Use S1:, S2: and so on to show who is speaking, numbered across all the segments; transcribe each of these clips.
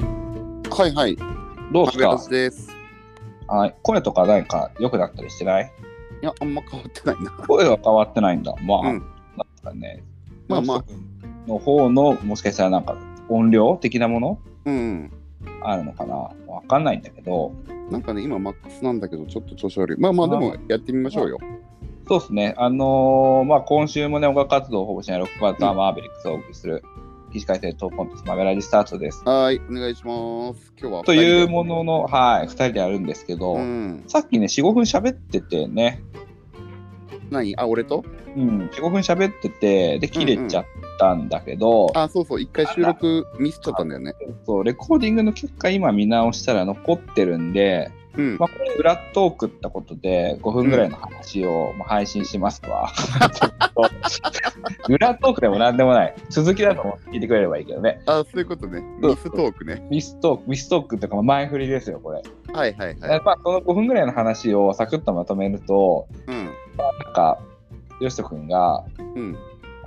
S1: はいはい。
S2: どうです
S1: 亀
S2: か
S1: 梨です。
S2: はい声とかなんか良くなったりしてない
S1: いや、あんま変わってないな。
S2: 声は変わってないんだ。まあ、
S1: うん
S2: なんかね。
S1: まあまあ。
S2: の方の、もしかしたらなんか音量的なもの
S1: うん。
S2: あるのかなわかんないんだけど、
S1: なんかね、今マックスなんだけど、ちょっと調子悪い。まあまあ、でもやってみましょうよ。
S2: そうですね。あのーまあ今週もね、音楽活動をほぼしないロックバッターマーベリックスをお送りする、起死回生トークコンテンツマーベラリスタートです。
S1: はーい、お願いします。今日は。
S2: というものの、はい、二人でやるんですけど、
S1: うん。
S2: さっきね、4、5分喋っててね、
S1: 何あ、俺と
S2: うん、4、5分喋ってて、で、切れちゃったんだけど、
S1: あ、そうそう、一回収録ミスっちゃったんだよね。
S2: そうレコーディングの結果今見直したら残ってるんで、
S1: うん。
S2: まあ、これ裏トークってことで5分ぐらいの話をまあ配信しますわ、 裏トークでも何でもない続きだと思って聞いてくれればいいけどね
S1: あ、そういうことね。ミストークね。
S2: ミストークミストークとかも前振りですよこれ、
S1: はいはいはい。
S2: まあ、この5分ぐらいの話をサクッとまとめると
S1: うん。
S2: なんかよしとくんが
S1: うん。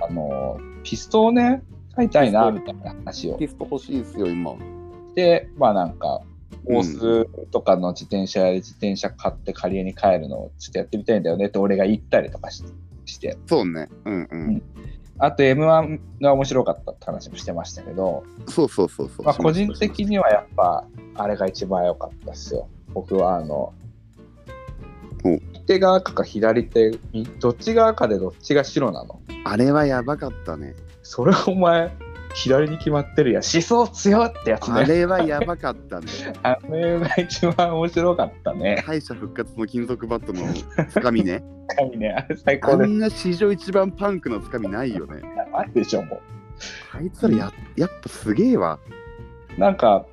S2: あのピストをね買いたいなみたいな話を
S1: テスト欲しいんすよ、今。
S2: でまあなんか
S1: うん
S2: オースとかの自転車屋で自転車買って借りに帰るのをちょっとやってみたいんだよねって俺が言ったりとかしして
S1: そうね。うんうん。
S2: あと m 1が面白かったって話もしてましたけど、
S1: そうそうそうそう。
S2: まあ、個人的にはやっぱあれが一番良かったですよ僕はあの
S1: お
S2: 右手側か左手みどっち側かでどっちが白なの
S1: あれはやばかったね。
S2: それお前左に決まってるやん思想強ってやつ
S1: あ
S2: ね
S1: れはやばかったね。
S2: あれが一番面白かったね
S1: 敗者復活の金属バットのつかみね。
S2: 神ねあれ最
S1: あ
S2: 高です
S1: んな史上一番パンクのつかみないよね。
S2: やばいでしょも
S1: あいつらややっぱすげえわ。
S2: うなんか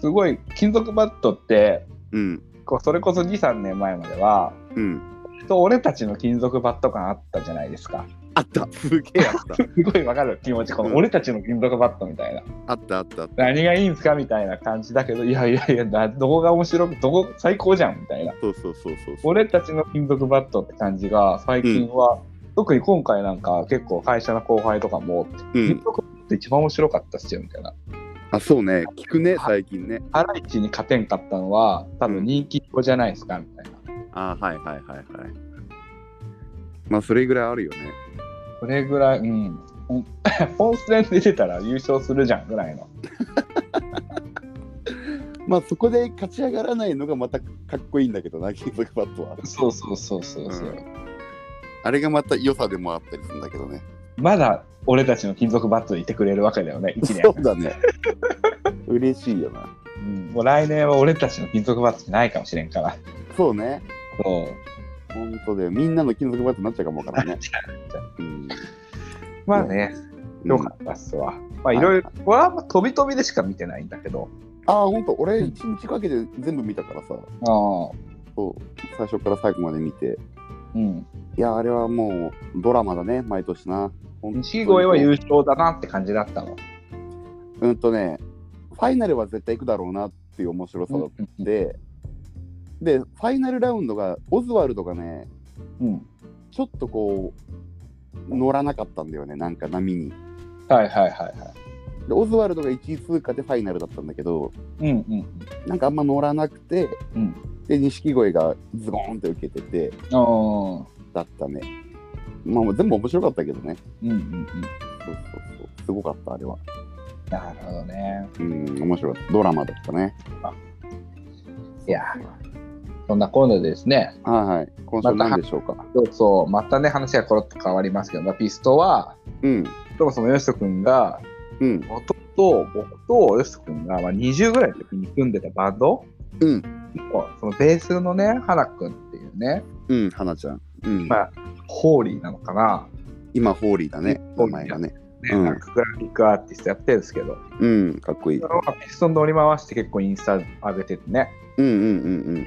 S2: すごい金属バットって
S1: うん
S2: こうそれこそ23年前までは
S1: うん。
S2: と俺たちの金属バット感あったじゃないですか
S1: あった。すげえあった。
S2: すごいわかる気持ちこ
S1: う
S2: の
S1: ん
S2: 俺たちの金属バットみたいな
S1: あったあった。
S2: 何がいいんすかみたいな感じだけどいやいやいやなどこが面白くどこ最高じゃんみたいな
S1: そうそうそうそうそう。
S2: 俺たちの金属バットって感じが最近は、特に今回なんか結構会社の後輩とかも、
S1: う
S2: 金
S1: ん。
S2: 属バット一番面白かったっすよみたいな
S1: あ、そうね。聞くね、最近ね。
S2: ハライチに勝てんかったのは多分人気っ子じゃないですかみたいな
S1: あはいはいはいはい。まあ、それぐらいあるよね。
S2: それぐらい、うん、うん 本戦で出たら優勝するじゃんぐらいの。
S1: まあ、そこで勝ち上がらないのがまたかっこいいんだけどな、金属バットは。
S2: そうそうそうそうそう、
S1: うんあれがまた良さでもあったりするんだけどね。
S2: まだ俺たちの金属バットでいてくれるわけだよね、1年。
S1: そうだ ね。嬉しいよな。
S2: うんもう来年は俺たちの金属バットじゃないかもしれんから。
S1: そうね。
S2: そう
S1: 本当で、みんなの金属バットになっちゃうかもわからんね。うん
S2: まあね、よかったっすわ。まあいろいろ、俺はあんま飛び飛びでしか見てないんだけど、
S1: ああ、ほんと、俺、一日かけて全部見たからさ、
S2: ああ、
S1: そう、最初から最後まで見て、
S2: うん。
S1: いや、あれはもう、ドラマだね、毎年な。ほんとに
S2: 錦鯉は優勝だなって感じだったの。
S1: うんとね、ファイナルは絶対行くだろうなっていう面白さだっ
S2: うん
S1: て、で、ファイナルラウンドが、オズワルドがね、
S2: うん。
S1: ちょっとこう、乗らなかったんだよね、なんか波に。
S2: はいはいはいは
S1: で、オズワルドが1位通過でファイナルだったんだけど、
S2: い。うんうん。
S1: なんかあんま乗らなくて、
S2: うん
S1: で、錦鯉がズボーンって受けてて、
S2: ああ、
S1: だったね。まあ、もう全部面白かったけどね。
S2: うんうんうん。
S1: そうそうそう。すごかった、あれは。
S2: なるほどね。
S1: うん、面白かった。ドラマだったね。
S2: いやそんな今度でですね、
S1: はいはい。今週何でしょうか。
S2: そうそう、またね、話がコロッと変わりますけど、まあ、ピストは、
S1: うん。
S2: そもそもよしとくんが、
S1: うん。
S2: もとと僕とよしとくんが、まあ、20ぐらいの時に組んでたバンド
S1: うん
S2: のそのベースのね、花くんっていうね、
S1: うん、花ちゃん。うん。
S2: まあ、ホーリーなのかな、
S1: 今、ホーリーだね。
S2: ホ
S1: 名
S2: ー
S1: 前
S2: リー
S1: がね。
S2: ね
S1: うん
S2: なんかグラフィックアーティストやってるんですけど、
S1: うん、かっこいい。う
S2: そ
S1: ん
S2: のまあピストン乗り回して結構インスタ上げててね、
S1: うんうんうん。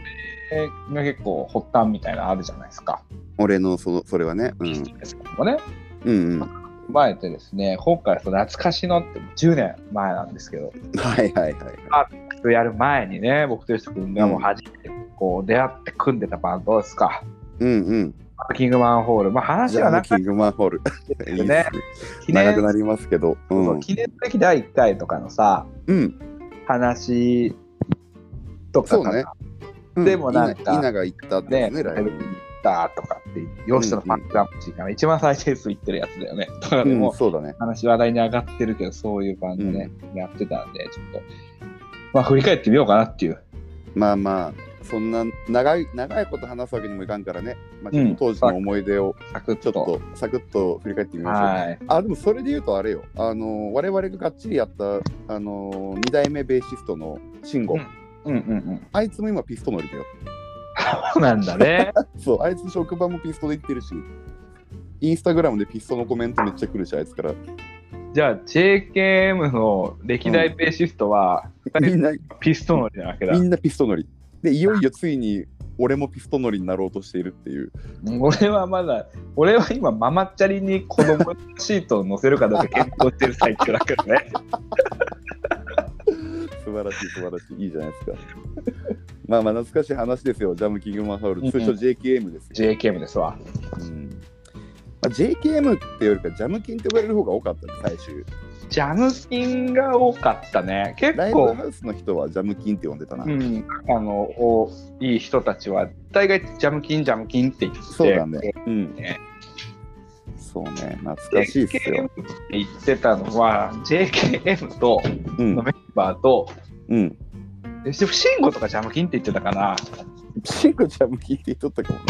S2: えー結構発端みたいなのあるじゃないですか。
S1: 俺のそのそれはね。う
S2: ピス
S1: ん
S2: トンですけどもね、
S1: うんうん。
S2: 踏まえてですね、今回その懐かしのって10年前なんですけど、
S1: はいはいはい。
S2: やる前にね、僕とよしと君がもう初めてこう出会って組んでたバンドですか、
S1: うんうん。
S2: キングマンホール、まあ、話
S1: じゃ
S2: は
S1: あ、
S2: な
S1: キ
S2: か
S1: ングマンホール。
S2: ったけ
S1: いい
S2: ど
S1: っ
S2: ね、
S1: すね
S2: 記
S1: 長く
S2: 念
S1: なりますけど。う。
S2: そうん記念すべき第1回とかのさ、
S1: うん。
S2: 話とか
S1: そう
S2: かな
S1: ね。う
S2: でもなんか
S1: 稲稲が行ったって
S2: ね、
S1: ね、ラ
S2: ラ
S1: イ
S2: イブ
S1: ブ
S2: に行ったとかって、吉田のファンクラブっていうかな、一番再生数いってるやつだよね。 だからね
S1: う
S2: も
S1: ん、
S2: う
S1: そうだね。
S2: 話話題に上がってるけど、そういうバンドね、やってたんで、ちょっと、まあ振り返ってみようかなっていう。
S1: まあまあ、そんな長い長いこと話すわけにもいかんからね、まあ、ちょっ
S2: うん
S1: と当時の思い出を
S2: サクッ
S1: ちょ
S2: と。
S1: っとサクッと振り返ってみましょう。
S2: はい。
S1: あでもそれで言うとあれよ、あの我々ががっちりやった、あの2代目ベーシストの慎吾、
S2: うんうんうんうん。
S1: あいつも今ピスト乗りだよ。
S2: そうなんだね。
S1: そう、あいつ職場もピストで行ってるし、インスタグラムでピストのコメントめっちゃ来るし、あいつから。
S2: じゃあ、JKM の歴代ベーシストは、
S1: みんな、
S2: ピスト乗りなわけだ
S1: み。んなピスト乗り。で、いよいよついに俺もピスト乗りになろうとしているっていう。
S2: 俺はまだ、俺は今、ママチャリに子供のシートを乗せるかどうか検討してる最中だからね。
S1: 素晴らしい、素晴らしい。いいじゃないですか。 まあまあ、懐かしい話ですよ、ジャム・キング・マンハウ
S2: うんう
S1: ル、
S2: ん
S1: 通称 JKM ですよ。
S2: JKM ですわ。
S1: うんまあ、JKM っていうよりか、ジャムキンって言われる方が多かったね、最終。
S2: ジャムキンが多かったね。結
S1: ライブ
S2: 構、
S1: ハウスの人はジャムキンって呼んでたな。
S2: うん、あのおいい人たちは大概ジャムキンジャムキンって言って
S1: そうだね。うん
S2: ね。
S1: そうね、懐かしいっす
S2: JKM っ
S1: よ。
S2: て言ってたのは JKM と
S1: うん
S2: の。メンバーと、
S1: うん。
S2: えでもシンゴとかジャムキンって言ってたかな、
S1: シンゴちゃんも聞いていっとったかもな。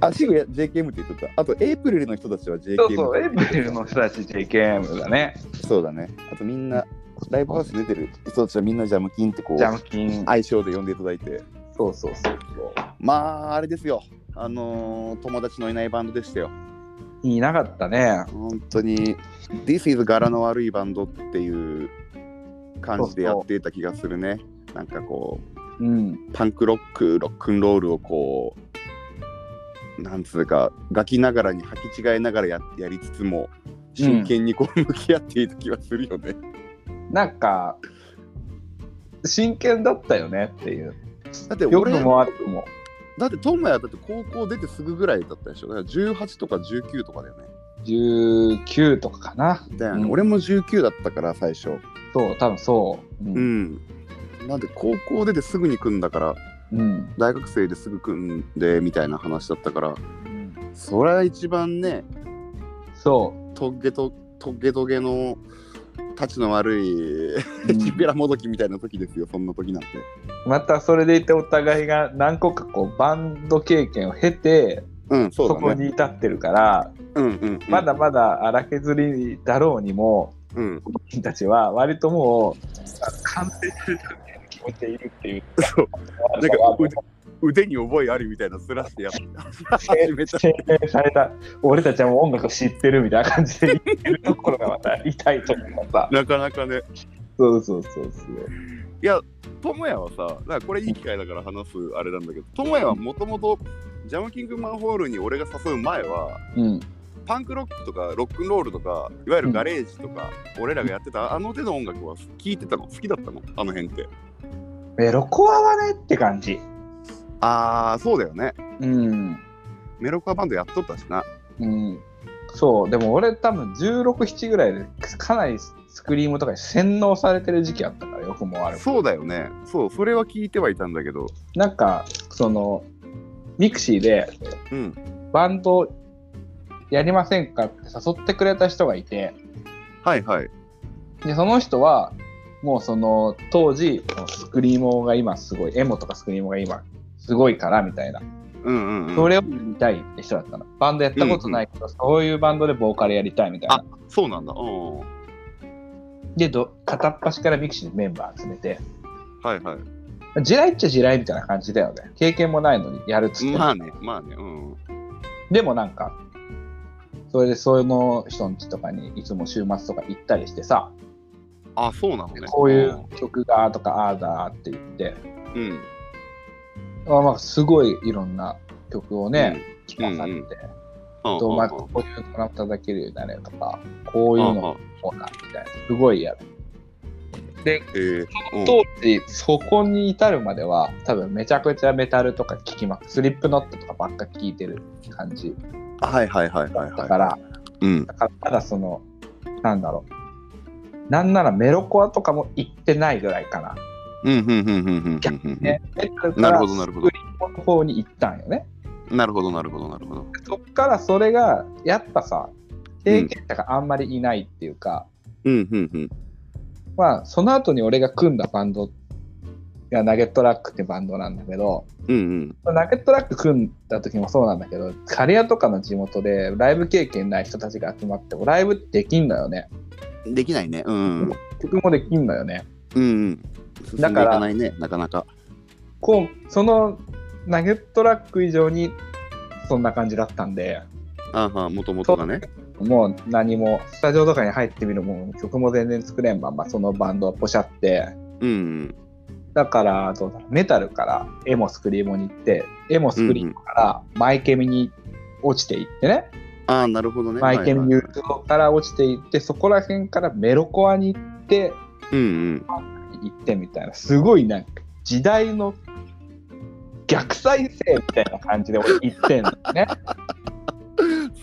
S1: あ、シンゴや JKM って言っとった。あと、エイプリルの人たちは JKM。
S2: そうそうエイプリルの人たち JKM だね
S1: そうだね。あとみんな、ライブハウス出てる人たちはみんなジャムキンってこ
S2: ジャ
S1: う、
S2: ムキン
S1: 愛称で呼んでいただいて。
S2: そうそうそうそう
S1: まあ、あれですよ。あのー友達のいないバンドでしたよ。
S2: いなかったね
S1: 本当に、This is 柄の悪いバンドっていう感じでやっていた気がするね。なんかこう、
S2: うん
S1: パンクロックロックンロールをこうなんつうかガキながらに履き違えながらややりつつも真剣にこう向き合っていた気はするよね、
S2: なんか真剣だったよねっていう
S1: だって
S2: よく
S1: 俺
S2: も悪くも
S1: だってトモヤだって高校出てすぐぐらいだったでしょだから18とか19とかだよね
S2: 19とかかな
S1: だよね、
S2: うん
S1: 俺も19だったから最初
S2: そう多分そうう、
S1: うんんなんで高校出てすぐに組んだから
S2: うん
S1: 大学生ですぐ組んでみたいな話だったからそれは一番ね
S2: そ
S1: トゲトトゲトゲのたちの悪い
S2: う、
S1: チ ンピラもどきみたいな時ですよそんな時なんて
S2: またそれでいてお互いが何個かこうバンド経験を経て
S1: うんそ
S2: そうこ
S1: だね
S2: に至ってるから、
S1: うんうん
S2: まだまだ荒削りだろうにも
S1: うん
S2: 君たちは割ともう完成するみたいな気持ちでいるっていう
S1: そう
S2: な
S1: なんか腕腕に覚えあるみたいなすらしてやっ 始めた
S2: 洗練された俺たちはもう音楽知ってるみたいな感じで言ってるところがまた痛いというかさ
S1: なかなかね
S2: そうそうそうそう
S1: 智也はさなんかこれいい機会だから話すあれなんだけど智也はもともとジャムキングマンホールに俺が誘う前は
S2: うん
S1: パンクロックとかロックンロールとかいわゆるガレージとか、俺らがやってたあの手の音楽は聴いてたの好きだったのあの辺って
S2: メロコアはねって感じ
S1: ああそうだよね
S2: うん
S1: メロコアバンドやっとったしな。
S2: うん、そうでも俺多分167ぐらいでかなりスクリームとかに洗脳されてる時期あったからよくも悪くも
S1: そうだよね。そう、それは聞いてはいたんだけど。
S2: なんかそのミクシーで
S1: うん。
S2: バンドやりませんかって誘ってくれた人がいて
S1: はいはい。
S2: でその人はもうその当時スクリーモーが今すごいエモとかスクリーモーが今すごいからみたいな
S1: うんうん、うん。
S2: それを見たいって人だったのバンドやったことないけど、そういうバンドでボーカルやりたいみたいな
S1: そうなんだ。うん。
S2: でど片っ端からミクシーでメンバー集めて
S1: はいは
S2: 地雷っちゃ地雷みたいな感じだよね。経験もないのにやるっつ
S1: い。
S2: って。
S1: まあね、まあね。うん。
S2: でもなんか、それでその人ん家とかにいつも週末とか行ったりしてさ、
S1: あ、そうなのね。
S2: こういう曲がとかああだって言って、
S1: うん。
S2: まあまあすごいいろんな曲をね、聴かされ
S1: う
S2: て
S1: ん、うん。
S2: とま
S1: う
S2: あ
S1: ん
S2: こういうドラム叩けるようになれよとか、こういうのもなみたいな、すごいやる。で、
S1: えーうん
S2: 当時そこに至るまでは多分めちゃくちゃメタルとか聴きまくスリップノットとかばっか聴いてる感じ
S1: はいはいはいは
S2: だ
S1: い
S2: った
S1: はい。
S2: から、
S1: うん。
S2: だからまだそのなんだろうなんならメロコアとかも行ってないぐらいかな。
S1: うんうんうんうんうん
S2: 逆
S1: うん
S2: ね、メタルか
S1: なる
S2: ら
S1: ほ
S2: ス
S1: どなるほど
S2: クリームの方に行ったんよね。
S1: なるほどなるほどなるほど
S2: そっからそれがやっぱさ経験者があんまりいないっていうか、
S1: うんうんうん
S2: まあその後に俺が組んだバンドがナゲットラックってバンドなんだけど
S1: うん
S2: ナゲットラック組んだ時もそうなんだけど刈谷とかの地元でライブ経験ない人たちが集まってもライブってできんのよね
S1: うんできないねうんうん
S2: 曲もできんのよね
S1: うんうん進んでいかないねなかなか
S2: こうそのナゲットラック以上にそんな感じだったんで
S1: ああもともとがね
S2: もう何もスタジオとかに入ってみるもん曲も全然作れんば、まあ、そのバンドはポシャって
S1: うんうん
S2: だからどうだろうメタルから絵もスクリームに行って絵もスクリームからマイケミに落ちていってね、
S1: ああなるほどね
S2: マイケミ
S1: はい
S2: ニ
S1: は
S2: ュ
S1: い
S2: ートから落ちていってそこら辺からメロコアに行って
S1: うんうん
S2: 行ってみたいなすごいなんか時代の逆再生みたいな感じで俺行ってんのね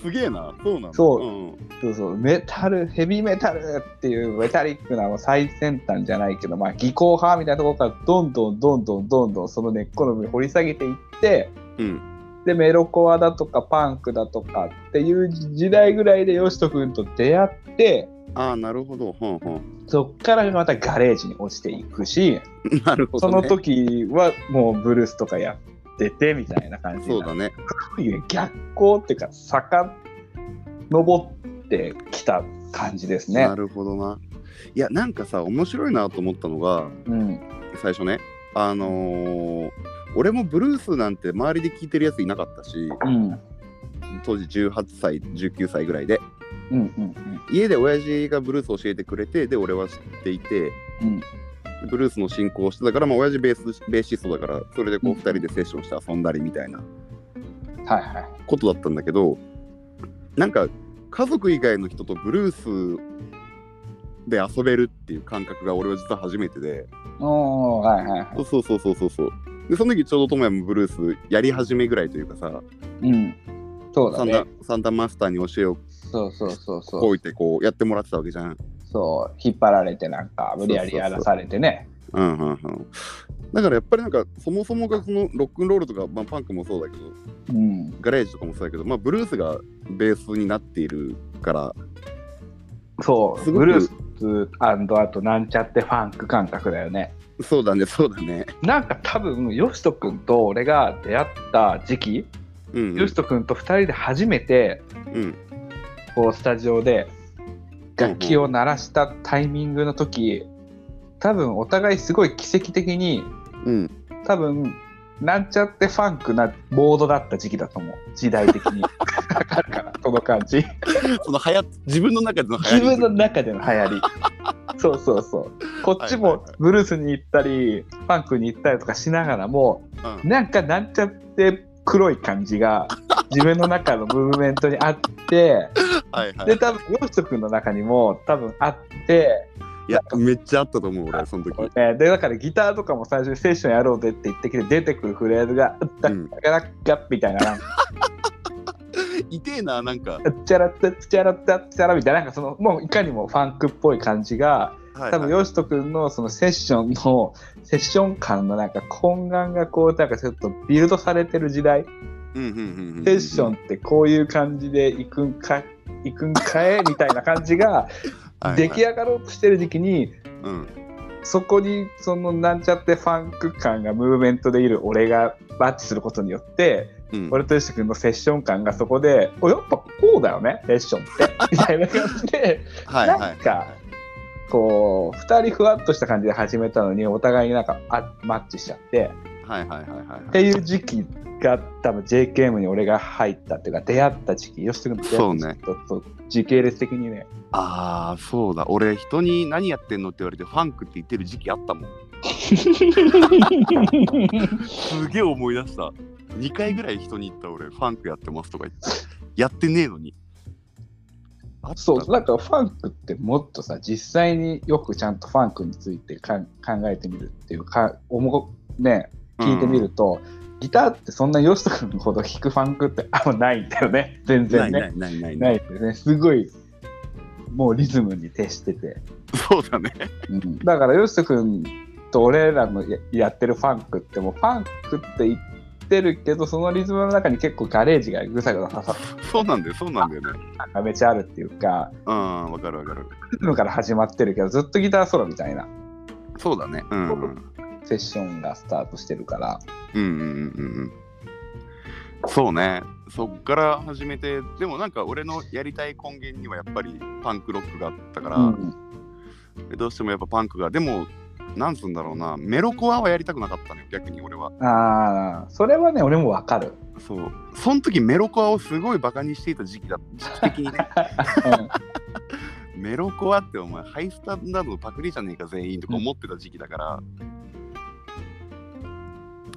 S1: すげえなそうなんだ
S2: そう
S1: うん
S2: そうそうメタルヘビーメタルっていうメタリックなもう最先端じゃないけどまあ技巧派みたいなところからどんどんどんどんどんどんその根っこの部分掘り下げていって
S1: うん
S2: でメロコアだとかパンクだとかっていう時代ぐらいでヨシト君と出会って
S1: ああなるほどほんほん
S2: そっからまたガレージに落ちていくし
S1: なるほど
S2: そ
S1: ね
S2: の時はもうブルースとかやっててみたいな感じ
S1: そう
S2: にな
S1: だ
S2: る
S1: ね
S2: そういう逆光っていうか坂登ってきた感じですね
S1: な。るほどないやなんかさ面白いなと思ったのが
S2: うん、
S1: 最初ねあのー俺もブルースなんて周りで聞いてるやついなかったし
S2: うん
S1: 当時18歳19歳ぐらいで
S2: うんうん
S1: 家で親父がブルースを教えてくれてで俺は知っていて
S2: うん
S1: ブルースの進行をしてたからまあ親父ベースベーシストだからそれでこう
S2: う
S1: 2
S2: ん
S1: 人でセッションして遊んだりみたいな
S2: うんはいはい
S1: ことだったんだけどなんか家族以外の人とブルースで遊べるっていう感覚が俺は実は初めてで
S2: おーはいはいは
S1: そうそうそうそうそうでその時ちょうど智也もブルースやり始めぐらいというかさ
S2: いうんそう
S1: サ
S2: だ
S1: ン
S2: ね
S1: ダサンダマスターに教えを
S2: そうそうそうそう
S1: こいてこうやってもらってたわけじゃん。
S2: そう引っ張られてなんか無理やりやらされてね
S1: うんうんうん、だからやっぱりなんかそもそもがそのロックンロールとか、まあ、パンクもそうだけど
S2: うん
S1: ガレージとかもそうだけど、まあ、ブルースがベースになっているから
S2: そ
S1: す
S2: う
S1: ごく
S2: ブルースあとなんちゃってファンク感覚だよね
S1: そうだねそうだね。
S2: なんか多分よしと君と俺が出会った時期
S1: うん、
S2: よしと君と2人で初めて
S1: うん
S2: こうスタジオで楽器を鳴らしたタイミングの時多分お互いすごい奇跡的に
S1: うん、
S2: 多分なんちゃってファンクなボードだった時期だと思う時代的 にわかるかなこの感じ
S1: その流行っ自分の中での流行
S2: 自
S1: り
S2: 分の中での流行りそうそうそうこっち
S1: はいは
S2: も
S1: いはい
S2: ブルースに行ったりファンクに行ったりとかしながらも
S1: うん
S2: なんかなんちゃって黒い感じが自分の中のムーブメントにあって
S1: はいはい、
S2: で多分ヨシト君の中にも多分あって
S1: いやめっちゃあったと思う俺その時。
S2: えーでだからギターとかも最初にセッションやろうぜって言ってきて出てくるフレーズが「うった
S1: うん
S2: ガラッガッ」みたいななんか
S1: 痛えななんか、はい
S2: 「うっちゃらったっちゃらったっちゃら」みたいななんかそのもういかにもファンクっぽい感じが
S1: はい
S2: 多分ヨシト君のそのセッションのセッション感のなんか懇願がこうなんかちょっとビルドされてる時
S1: う
S2: 代
S1: んうんうんうんうん
S2: セッションってこういう感じで行くんか行くんかえみたいな感じが
S1: はいはい
S2: 出来上がろうとしてる時期に
S1: うん
S2: そこにそのなんちゃってファンク感がムーブメントでいる俺がマッチすることによって
S1: うん、
S2: 俺とヨシト君のセッション感がそこでおやっぱこうだよねセッションってみたいな感じで。
S1: はいはい
S2: なんかこう2人ふわっとした感じで始めたのにお互いになんかあマッチしちゃって
S1: はいはいはいはい
S2: っ
S1: は
S2: て
S1: い
S2: いう時期が多分 JKM に俺が入ったっていうか出会った時期吉田君と出会った時期とそう時系列的に ね
S1: ああそうだ俺人に何やってんのって言われてファンクって言ってる時期あったもんすげえ思い出した2回ぐらい人に言った俺ファンクやってますとか言ってやってねえのにあった
S2: そうなんかファンクってもっとさ実際によくちゃんとファンクについてかん考えてみるっていうか思うね聞いてみると、ギターってそんな吉田君ほど弾くファンクってあんまないんだよね全
S1: うんな
S2: 然
S1: い
S2: ね
S1: ないないない
S2: ないですね。すごい、もうリズムに徹してて、
S1: そうだね。
S2: うん、だからヨシト君と俺らのややってるファンクってもうファンクって言ってるけどそのリズムの中に結構ガレージがぐさぐさ刺さって
S1: そうなんだよ、そうなんだよね。
S2: るのがめちゃあるっていうか
S1: うん、わかるわかる。
S2: リズムから始まってるけどずっとギターソロみたいな
S1: そうだね。うん。うん
S2: セッションがスタートしてるから
S1: うんうんうんうん。そうね。そっから始めて、でもなんか俺のやりたい根源にはやっぱりパンクロックがあったから、
S2: うん
S1: でどうしてもやっぱパンクが、でも、なんつうんだろうな、メロコアはやりたくなかったね、逆に俺は。
S2: ああそれはね俺もわかる、
S1: そう。その時メロコアをすごいバカにしていた時期だ、時期的に ね。メロコアってお前ハイスタンダードのパクリじゃねえか全員とか思ってた時期だから、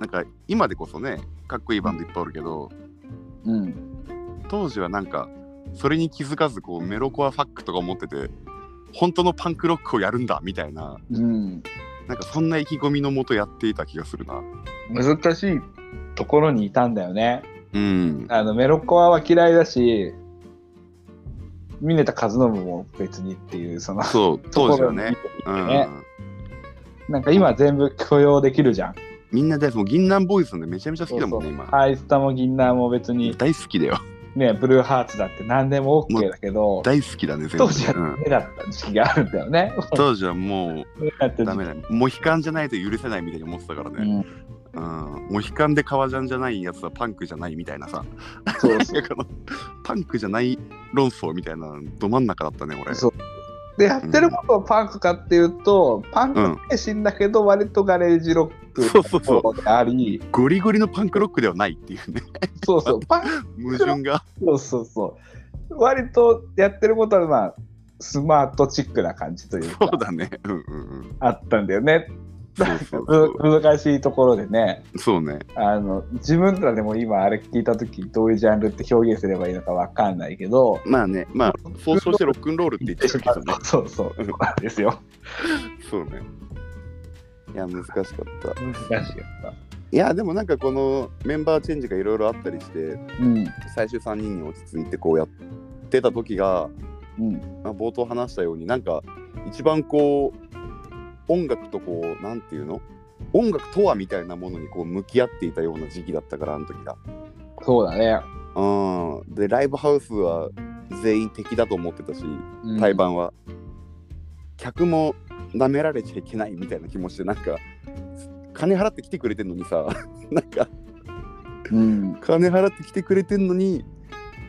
S1: なんか今でこそねかっこいいバンドいっぱいおるけど
S2: うんうん
S1: 当時はなんかそれに気づかずこうメロコアファックとか思ってて本当のパンクロックをやるんだみたいな
S2: うん
S1: なんかそんな意気込みのもとやっていた気がするな
S2: 難しいところにいたんだよね
S1: うん
S2: あのメロコアは嫌いだし峰田和伸も別にっていうその
S1: そう当時はね
S2: ところに
S1: う
S2: ね
S1: ん
S2: なんか今全部許容できるじゃん
S1: みんな大好きもう銀杏ボーイズなんでめちゃめちゃ好きだもんね
S2: そうそう
S1: 今
S2: ハイスタも銀杏も別に
S1: 大好きだ よ
S2: ねブルーハーツだって何でも OK だけど
S1: 大好きだね全部
S2: 当時
S1: う
S2: は
S1: ん
S2: 目だった時期があるんだよね。
S1: 当時はもう
S2: だっ て
S1: ダメだモヒカンじゃないと許せないみたいに思ってたから
S2: う
S1: ね、
S2: ん、
S1: うんモヒカンで革ジャンじゃないやつはパンクじゃないみたいなさ
S2: そうそ
S1: なんかあのパンクじゃない論争みたいなど真ん中だったね俺
S2: うそうでやってることはパンクかっていうと、パンクの精神だけど割とガレージロック
S1: そうそうそう
S2: のであり
S1: ゴリゴリのパンクロックではないっていう ね
S2: そう そうパンク
S1: 矛盾が
S2: そうそうそう割とやってることはまあスマートチックな感じという
S1: そう
S2: か
S1: だねうんうんうん
S2: あったんだよね
S1: そうそうそう
S2: む難しいところでね
S1: そうね
S2: あの自分らでも今あれ聞いた時どういうジャンルって表現すればいいのかわかんないけど
S1: まあねまあ総称してロックンロールって言ってるけどね
S2: そうそうそうなんですよ
S1: そうねいや難しかった
S2: 難しかった
S1: いやでもなんかこのメンバーチェンジがいろいろあったりして
S2: うん
S1: 最終3人に落ち着いてこうやってた時が
S2: うん
S1: まあ、冒頭話したようになんか一番こう音楽とこうなんていうの音楽とはみたいなものにこう向き合っていたような時期だったからあの時が。
S2: そうだね、
S1: うん、でライブハウスは全員敵だと思ってたし
S2: うん
S1: 対バンは、客も舐められちゃいけないみたいな気持ちでなんか金払って来てくれてんのにさ なんか
S2: うん
S1: 金払って来てくれてんのに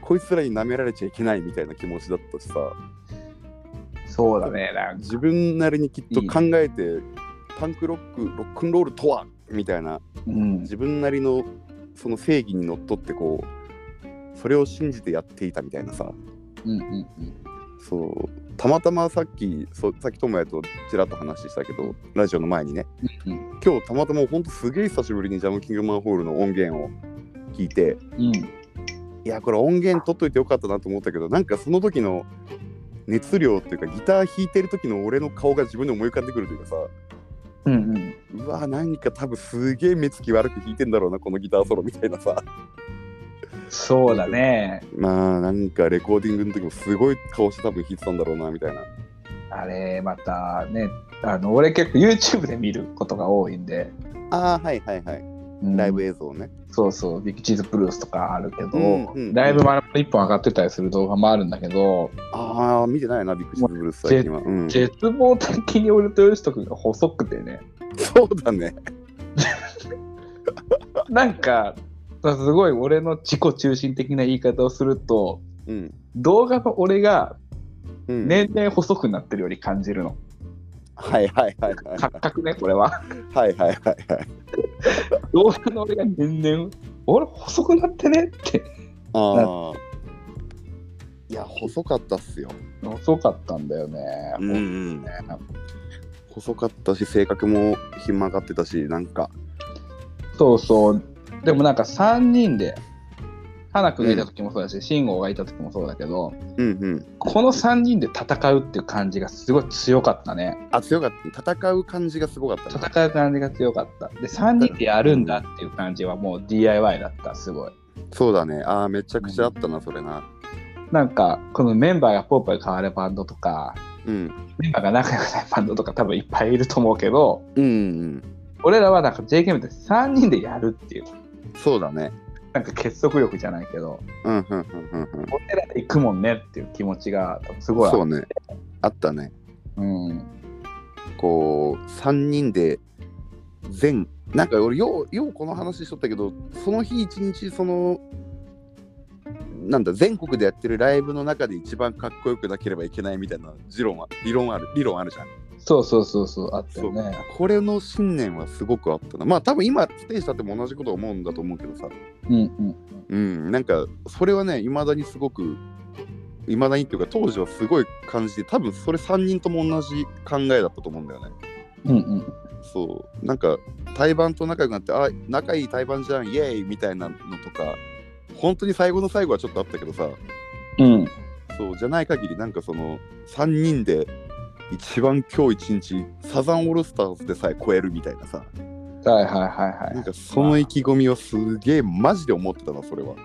S1: こいつらに舐められちゃいけないみたいな気持ちだったしさ。
S2: そうだねなんか
S1: 自分なりにきっと考えてパンクロックロックンロールとはみたいな
S2: うん
S1: 自分なりのその正義にのっとってこうそれを信じてやっていたみたいなさ
S2: うんうんうん
S1: そうたまたまさっきそさっき智也とちらっと話したけどラジオの前にね、
S2: うん
S1: 今日たまたまほんとすげえ久しぶりにジャムキングマンホールの音源を聞いて
S2: うん
S1: いやこれ音源取っといてよかったなと思ったけどなんかその時の熱量っていうかギター弾いてる時の俺の顔が自分で思い浮かんでくるというかさ
S2: うんうん
S1: うわ何か多分すげえ目つき悪く弾いてんだろうなこのギターソロみたいなさ
S2: そうだね
S1: まあなんかレコーディングの時もすごい顔して多分弾いてたんだろうなみたいな
S2: あれまたねあの俺結構 YouTube で見ることが多いんで、
S1: ああはいはいはい
S2: うん
S1: ライブ映像ね、
S2: そうそうビッグチーズプルースとかあるけど、
S1: うんうん
S2: ライブ丸々一本上がってたりする動画もあるんだけど、
S1: ああ見てないなビッグシーズブルース最近は、うん、
S2: 絶望的に俺とヨシト君が細くてね
S1: そうだね
S2: なんかすごい俺の自己中心的な言い方をすると
S1: うん、
S2: 動画の俺が
S1: うん、
S2: 年々細くなってるより感じるの
S1: はいはいはいはい
S2: 錯覚ねこれは
S1: はいはいはいはい
S2: 動画の俺が年々俺細くなってねって
S1: ああいや細かったっすよ
S2: 細かったんだよね、
S1: うんうん細かったし性格もひん曲がってたしなんか
S2: そうそうでもなんか3人で花君がいた時もそうだし慎吾、がいた時もそうだけど
S1: うんうん
S2: この3人で戦うっていう感じがすごい強かったね
S1: あ強かった戦う感じがすごかったね
S2: 戦う感じが強かったで3人でやるんだっていう感じはもう DIY だったすごい
S1: そうだね。ああ、めちゃくちゃあったな、それな。
S2: なんかこのメンバーがポーポー変わるバンドとか
S1: うん
S2: メンバーが仲良くないバンドとか多分いっぱいいると思うけど
S1: うんうん
S2: 俺らはなんか JKM って3人でやるっていう
S1: そうだね
S2: なんか結束力じゃないけど
S1: うんうんうんうんうん
S2: 俺らで行くもんねっていう気持ちが多分すごいある
S1: そうねあったね
S2: うん
S1: こう3人で全なんか俺ようようこの話しとったけどその日一日そのなんだ全国でやってるライブの中で一番かっこよくなければいけないみたいな理論は理論ある理論あるじゃん
S2: そうそうそうそうあったよね
S1: これの信念はすごくあったなまあ多分今ステージ立っても同じこと思うんだと思うけどさ
S2: うんうん
S1: うんなんかそれはねいまだにすごくいまだにっていうか当時はすごい感じて多分それ3人とも同じ考えだったと思うんだよね
S2: うんうん
S1: そうなんか対バンと仲良くなってあ仲いい対バンじゃんイエーイみたいなのとか本当に最後の最後はちょっとあったけどさ
S2: うん
S1: そうじゃない限りなんかその3人で一番今日一日サザンオールスターズでさえ超えるみたいなさ
S2: はいはいはい
S1: な
S2: は
S1: ん
S2: い
S1: かその意気込みをすげえマジで思ってたなそれは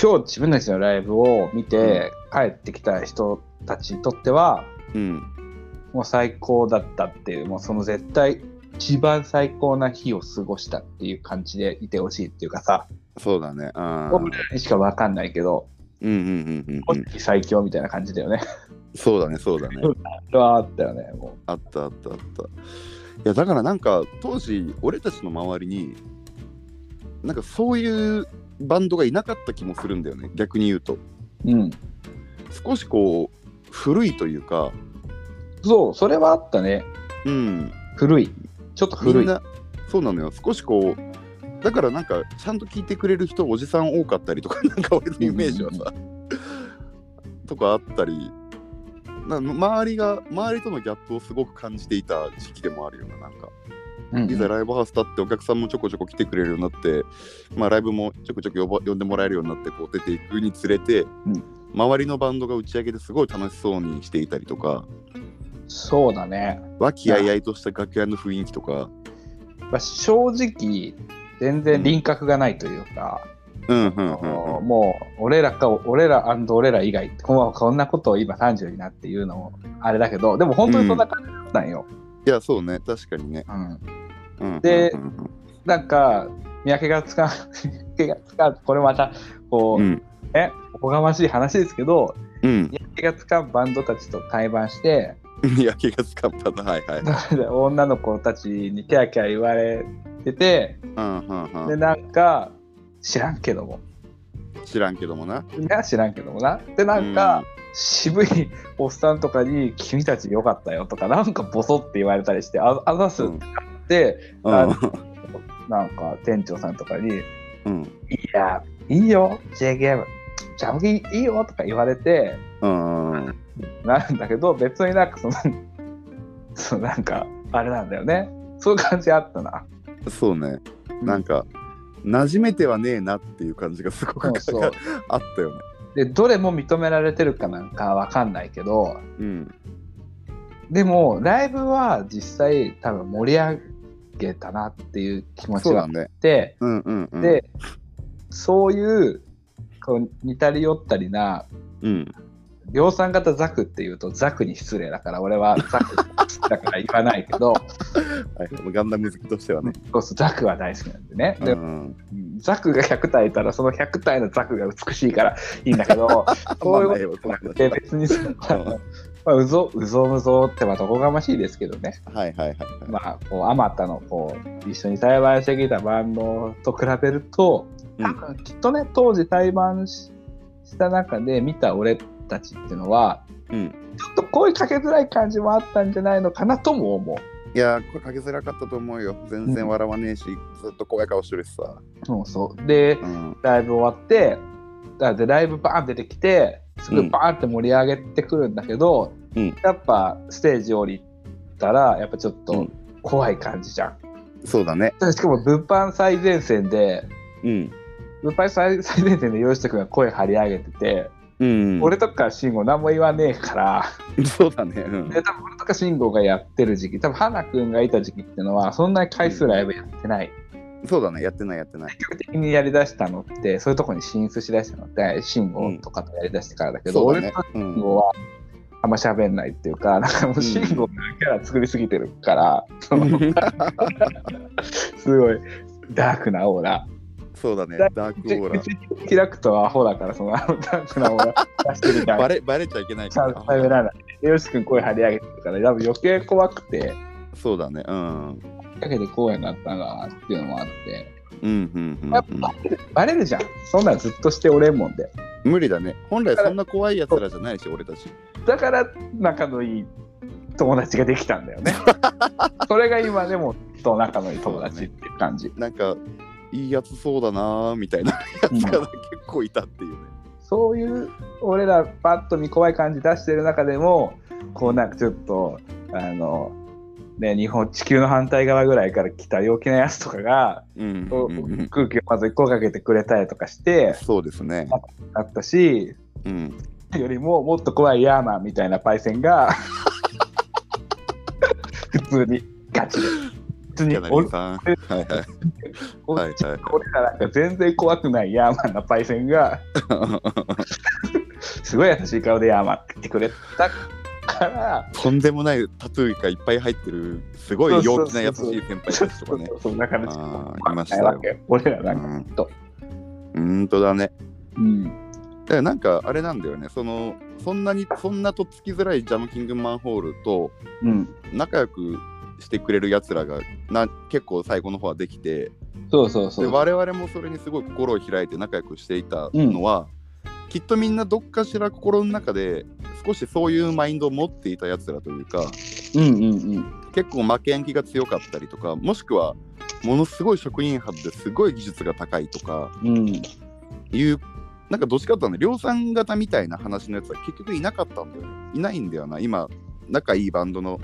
S2: 今日自分たちのライブを見て帰ってきた人たちにとっては
S1: うん
S2: もう最高だったっていうもうその絶対一番最高な日を過ごしたっていう感じでいてほしいっていうかさ
S1: そうだねうんうん
S2: 僕らにしかわかんないけど
S1: うんうんうんうん
S2: 最強みたいな感じだよね。
S1: そうだねそうだね
S2: わあったよねも
S1: あったあったあった。いやだからなんか当時俺たちの周りになんかそういうバンドがいなかった気もするんだよね逆に言うと
S2: う。うん。
S1: 少しこう古いというか
S2: そうそれはあったね。
S1: うん
S2: 古い。ちょっと
S1: み
S2: 古
S1: ん
S2: い。
S1: なそうなのよ少しこうだからなんかちゃんと聞いてくれる人おじさん多かったりとか なんか俺のイメージはさとかあったりな周りが周りとのギャップをすごく感じていた時期でもあるようななんか
S2: うん
S1: いざライブハウス立ってお客さんもちょこちょこ来てくれるようになって、まあ、ライブもちょくちょく呼ば呼んでもらえるようになってこう出ていくにつれて、
S2: うん
S1: 周りのバンドが打ち上げですごい楽しそうにしていたりとか
S2: そうだね。
S1: 和気あいあいとした楽屋の雰囲気とか、
S2: まあ、正直全然輪郭がないというか、
S1: うんうん
S2: あ
S1: うん
S2: の
S1: うん、
S2: もう俺らか俺ら俺ら以外ってこんこんなことを今30になって言うのもあれだけどでも本当にそんな感じだったんよ。
S1: いやそうね確かにね、
S2: うん
S1: うんうん
S2: で
S1: うん
S2: なんか見分けがつかん見分けがつかんこれまたこ
S1: う
S2: う、
S1: ん
S2: ねおこがましい話ですけど
S1: うん
S2: 見分けがつかんバンドたちと対バンして
S1: いや気がつかったなはい はい、
S2: 女の子たちにキャーキャー言われてて
S1: うんうんう
S2: で
S1: ん、
S2: なんか知らんけども
S1: 知らんけどもな
S2: みんな知らんけどもなでなんか、渋いおっさんとかに「君たちよかったよ」とかなんかボソって言われたりして「ああざす」って
S1: うん
S2: あ
S1: うん
S2: なんか店長さんとかに「
S1: うん
S2: いやいいよ J ゲームジャムギいいよ」とか言われて
S1: うんうん
S2: なんだけど別になんかその そうなんかあれなんだよねそういう感じあったな。
S1: そうね、なんか馴染めてはねえなっていう感じがすごく
S2: そうそう
S1: あったよね。
S2: でどれも認められてるかなんかわかんないけど
S1: うん、
S2: でもライブは実際多分盛り上げたなっていう気持ち
S1: そう
S2: があ
S1: だ
S2: っ
S1: ね。
S2: て
S1: うんうんうん。、
S2: でそういうこう似たり寄ったりな
S1: うん、
S2: 量産型ザクっていうとザクに失礼だから俺はザク だから言わないけど
S1: はいはいガンダム好きとしてはね。
S2: そうそうザクは大好きなんでね、
S1: う
S2: で
S1: ん、
S2: ザクが100体いたらその100体のザクが美しいからいいんだ けどそういうこ
S1: うこと
S2: と
S1: なく
S2: で別にそのあのまあ、うぞうぞうぞってまあどこがましいですけどね
S1: はいはいはいはい。
S2: まあこうあまたのこう一緒に対バンしてきたバンドと比べると多分きっとね、当時対バンしした中で見た俺たちっていうのは
S1: うん、
S2: ちょっと声かけづらい感じもあったんじゃないのかなとも思
S1: いやーこれかけづらかったと思うよ。全然笑わねえし、ずっと怖い顔してるしさ。
S2: う。そうそうで
S1: うん、
S2: ライブ終わってだってライブバーン出てきてすぐバーンって盛り上げてくるんだけど、
S1: うん
S2: やっぱステージ降りたらやっぱちょっ
S1: う
S2: と
S1: ん
S2: 怖い感じじゃん。
S1: そうだね。
S2: しかも物販最前線で
S1: うん、
S2: 物販最最前線で吉田君が声張り上げてて、
S1: うん、
S2: 俺とか慎吾何も言わねえから、
S1: そうだね。うん
S2: で多分俺とか慎吾がやってる時期多分花君がいた時期っていうのはそんなに回数ライブやってない、
S1: そうだね、やってない、やってない。
S2: 積極的にやりだしたのってそういうとこに進出しだしたのって慎吾とかとやりだしてからだけど、
S1: そうだ
S2: 俺
S1: ね
S2: と。
S1: うん
S2: 慎吾はあんま喋んないっていうかなんかもう慎吾のキャラ作りすぎてるから、そのすごいダークなオーラ
S1: そうだね、ダークオーラ
S2: 口。口開くとアホだからそのあのダークなオーラ出してるから
S1: バレバレちゃいけない
S2: ちゃ
S1: か
S2: んと
S1: ら。
S2: 喋らない。よろしくん声張り上げてるから、多分余計怖くて、
S1: そうだね、うん。
S2: だけでこうやなったなっていうのもあって、
S1: うんうんうん
S2: やっ
S1: うん
S2: ぱバレるじゃん。そんなんずっとしておれんもんで。
S1: 無理だね。本来そんな怖いやつらじゃないし、俺たち。
S2: だから仲のいい友達ができたんだよね。それが今でもずっと仲のいい友達っていう感じ。
S1: なんか、いいやつそうだなーみたいなやつが結構いたっていうね。
S2: そういう俺らパッと見怖い感じ出してる中でもこうなんかちょっとあのね日本地球の反対側ぐらいから来た陽気なやつとかが
S1: うん
S2: こ
S1: う
S2: うん
S1: うんうん
S2: 空気をまず声かけてくれたりとかして
S1: そうですね。
S2: あったし
S1: うん。
S2: よりももっと怖いヤーマンみたいなパイセ ンが普通にガチで普通に
S1: 柳
S2: 俺
S1: さん。はいはい。
S2: 俺
S1: はいはい
S2: 俺らなんか全然怖くないヤーマンなパイセン がすごい優しい顔でヤーマンって言ってくれたから。
S1: とんでもないタトゥーがいっぱい入ってるすごい陽気な優しい先輩たちとかね。
S2: そうそうだからちょっと
S1: ああ、い
S2: 怖
S1: まし
S2: く
S1: た
S2: ないわ
S1: よ。
S2: け俺ら
S1: う
S2: なんか、
S1: ん
S2: と
S1: うんとだね。
S2: うん、
S1: だからなんかあれなんだよね。そのそんなにそんなとっつきづらいジャムキングマンホールと
S2: うん、
S1: 仲良くしてくれるやつらがな結構最後の方はできて
S2: そうそうそ
S1: で
S2: う
S1: 我々もそれにすごい心を開いて仲良くしていたのは、きっとみんなどっかしら心の中で少しそういうマインドを持っていたやつらというか。
S2: うんうんうん
S1: 結構負けん気が強かったりとかもしくはものすごい職員派ですごい技術が高いとか
S2: うん
S1: いうなんかどっちかっていうとね量産型みたいな話のやつは結局いなかったんだよねいないんだよな今仲いいバンドの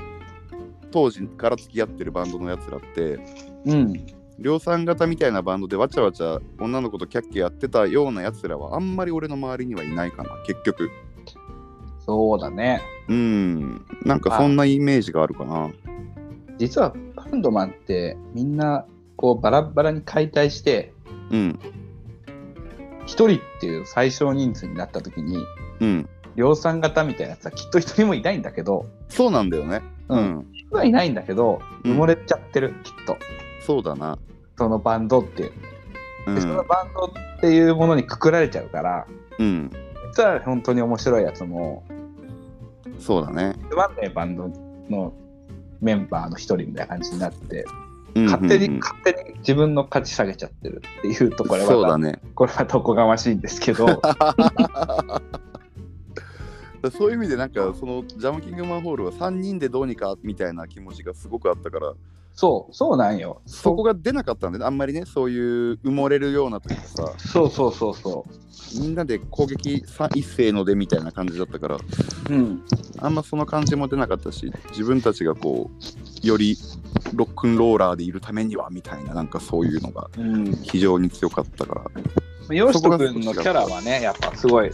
S1: 当時から付き合ってるバンドのやつらって
S2: うん
S1: 量産型みたいなバンドでわちゃわちゃ女の子とキャッキャやってたようなやつらはあんまり俺の周りにはいないかな結局
S2: そうだね
S1: うんなんかそんなイメージがあるかな
S2: 実はバンドマンってみんなこうバラッバラに解体して
S1: うん
S2: 1人っていう最小人数になった時に
S1: うん
S2: 量産型みたいなやつはきっと1人もいないんだけど、
S1: そうなんだよねうん、
S2: 一人はいないんだけど
S1: うん
S2: 埋もれちゃってる、きっと
S1: そうだな
S2: そのバンドっていう、
S1: う
S2: でその
S1: ん
S2: バンドっていうものにくくられちゃうから
S1: うん、
S2: 実は本当に面白いやつも
S1: そうだね。
S2: つまんねえバンドのメンバーの1人みたいな感じになって
S1: うん
S2: 勝手に、
S1: うんうん
S2: 勝手に自分の価値下げちゃってるっていうとこれ
S1: そうだ
S2: は、
S1: ね。
S2: これはどこがましいんですけ ど
S1: そういう意味でなんかそのジャムキングマンホールは3人でどうにかみたいな気持ちがすごくあったから
S2: そうそうなんよ
S1: そこが出なかったんで、ね、あんまりねそういう埋もれるようなというかさ
S2: そうそうそうそ
S1: みんなで攻撃さ一斉のでみたいな感じだったから
S2: う。うん。
S1: あんまその感じも出なかったし自分たちがこうよりロックンローラーでいるためにはみたいななんかそういうのが
S2: うん。
S1: 非常に強かったから
S2: ヨシト君のキャラはね、やっぱすごい、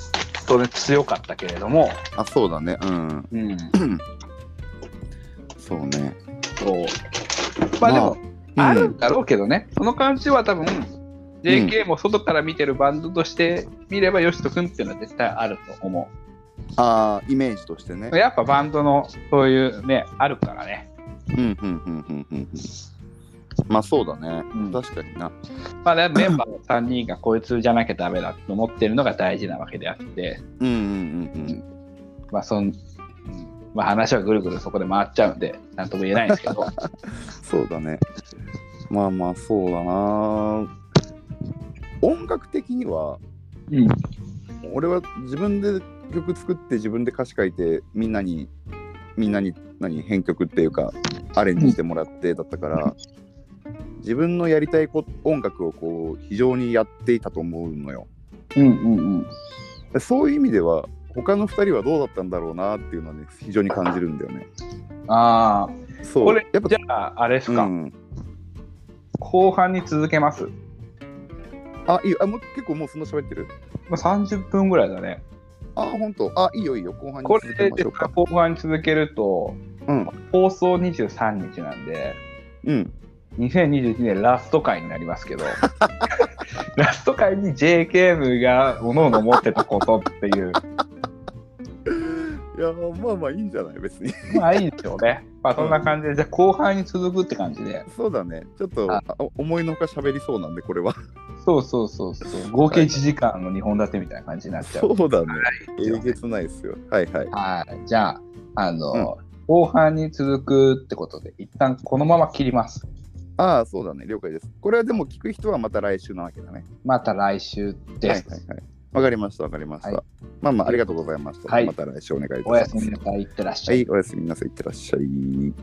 S2: 当然強かったけれども、
S1: あそうだねうん
S2: うん。
S1: そうね
S2: そう。まあでも、
S1: まあ
S2: あ
S1: うん
S2: るんだろうけどね、その感じは多分、JK も外から見てるバンドとして見れば、ヨシト君っていうのは絶対あると思
S1: あーイメージとしてね
S2: う。やっぱバンドの、そういうね、あるからね。
S1: うんうんうんうんうんうんまあそうだね、
S2: うん
S1: 確かにな
S2: まあ、ね、メンバーの3人がこいつじゃなきゃダメだと思ってるのが大事なわけであって、
S1: うんうんうんうん
S2: まあ、そん、まあ話はぐるぐるそこで回っちゃうんで、なんとも言えないんですけど。
S1: そうだねまあまあそうだな音楽的には
S2: うん。
S1: 俺は自分で曲作って自分で歌詞書いてみんなにみんなに何編曲っていうかアレンジしてもらってだったから自分のやりたいこ音楽をこう非常にやっていたと思うのよ
S2: うんうんうん。
S1: でそういう意味では他の2人はどうだったんだろうなっていうのはね非常に感じるんだよね
S2: ああ、
S1: そう
S2: これ、
S1: やっぱ
S2: じゃあ、あれですか、
S1: うん、
S2: 後半に続けます。も
S1: あいいよあもう結構もうそんな喋ってる
S2: う30分ぐらいだね。
S1: あ本当あいいよいいよ後半に
S2: こ
S1: 続け
S2: れ
S1: ま
S2: で
S1: しょうか
S2: 後半に続けると、
S1: うん
S2: 放送23日なんで、
S1: うん
S2: 2021年ラスト回になりま すけどラスト回に JK 部がおのおの持ってたことっていう
S1: いやまあまあいいんじゃない別に
S2: まあいいですよねまあそんな感じで、じゃあ後半に続くって感じで
S1: そうだねちょっと
S2: あ
S1: お思いのほか喋りそうなんでこれは
S2: そうそうそうそう合計1時間の2本立てみたいな感じになっちゃう
S1: そうだね
S2: い
S1: えげつないっすよはいはい
S2: はいじゃああの、後半に続くってことで一旦このまま切ります
S1: ああそうだね了解ですこれはでも聞く人はまた来週なわけだね
S2: また来週
S1: は
S2: で
S1: い
S2: す、
S1: はいはいわかりましたわかりました、
S2: はい
S1: まあまあありがとうございました、
S2: はい
S1: また来週お願いいたし
S2: お
S1: ま
S2: や
S1: す
S2: すみなさいいってらっしゃ
S1: はいいおやすみなさいいってらっしゃい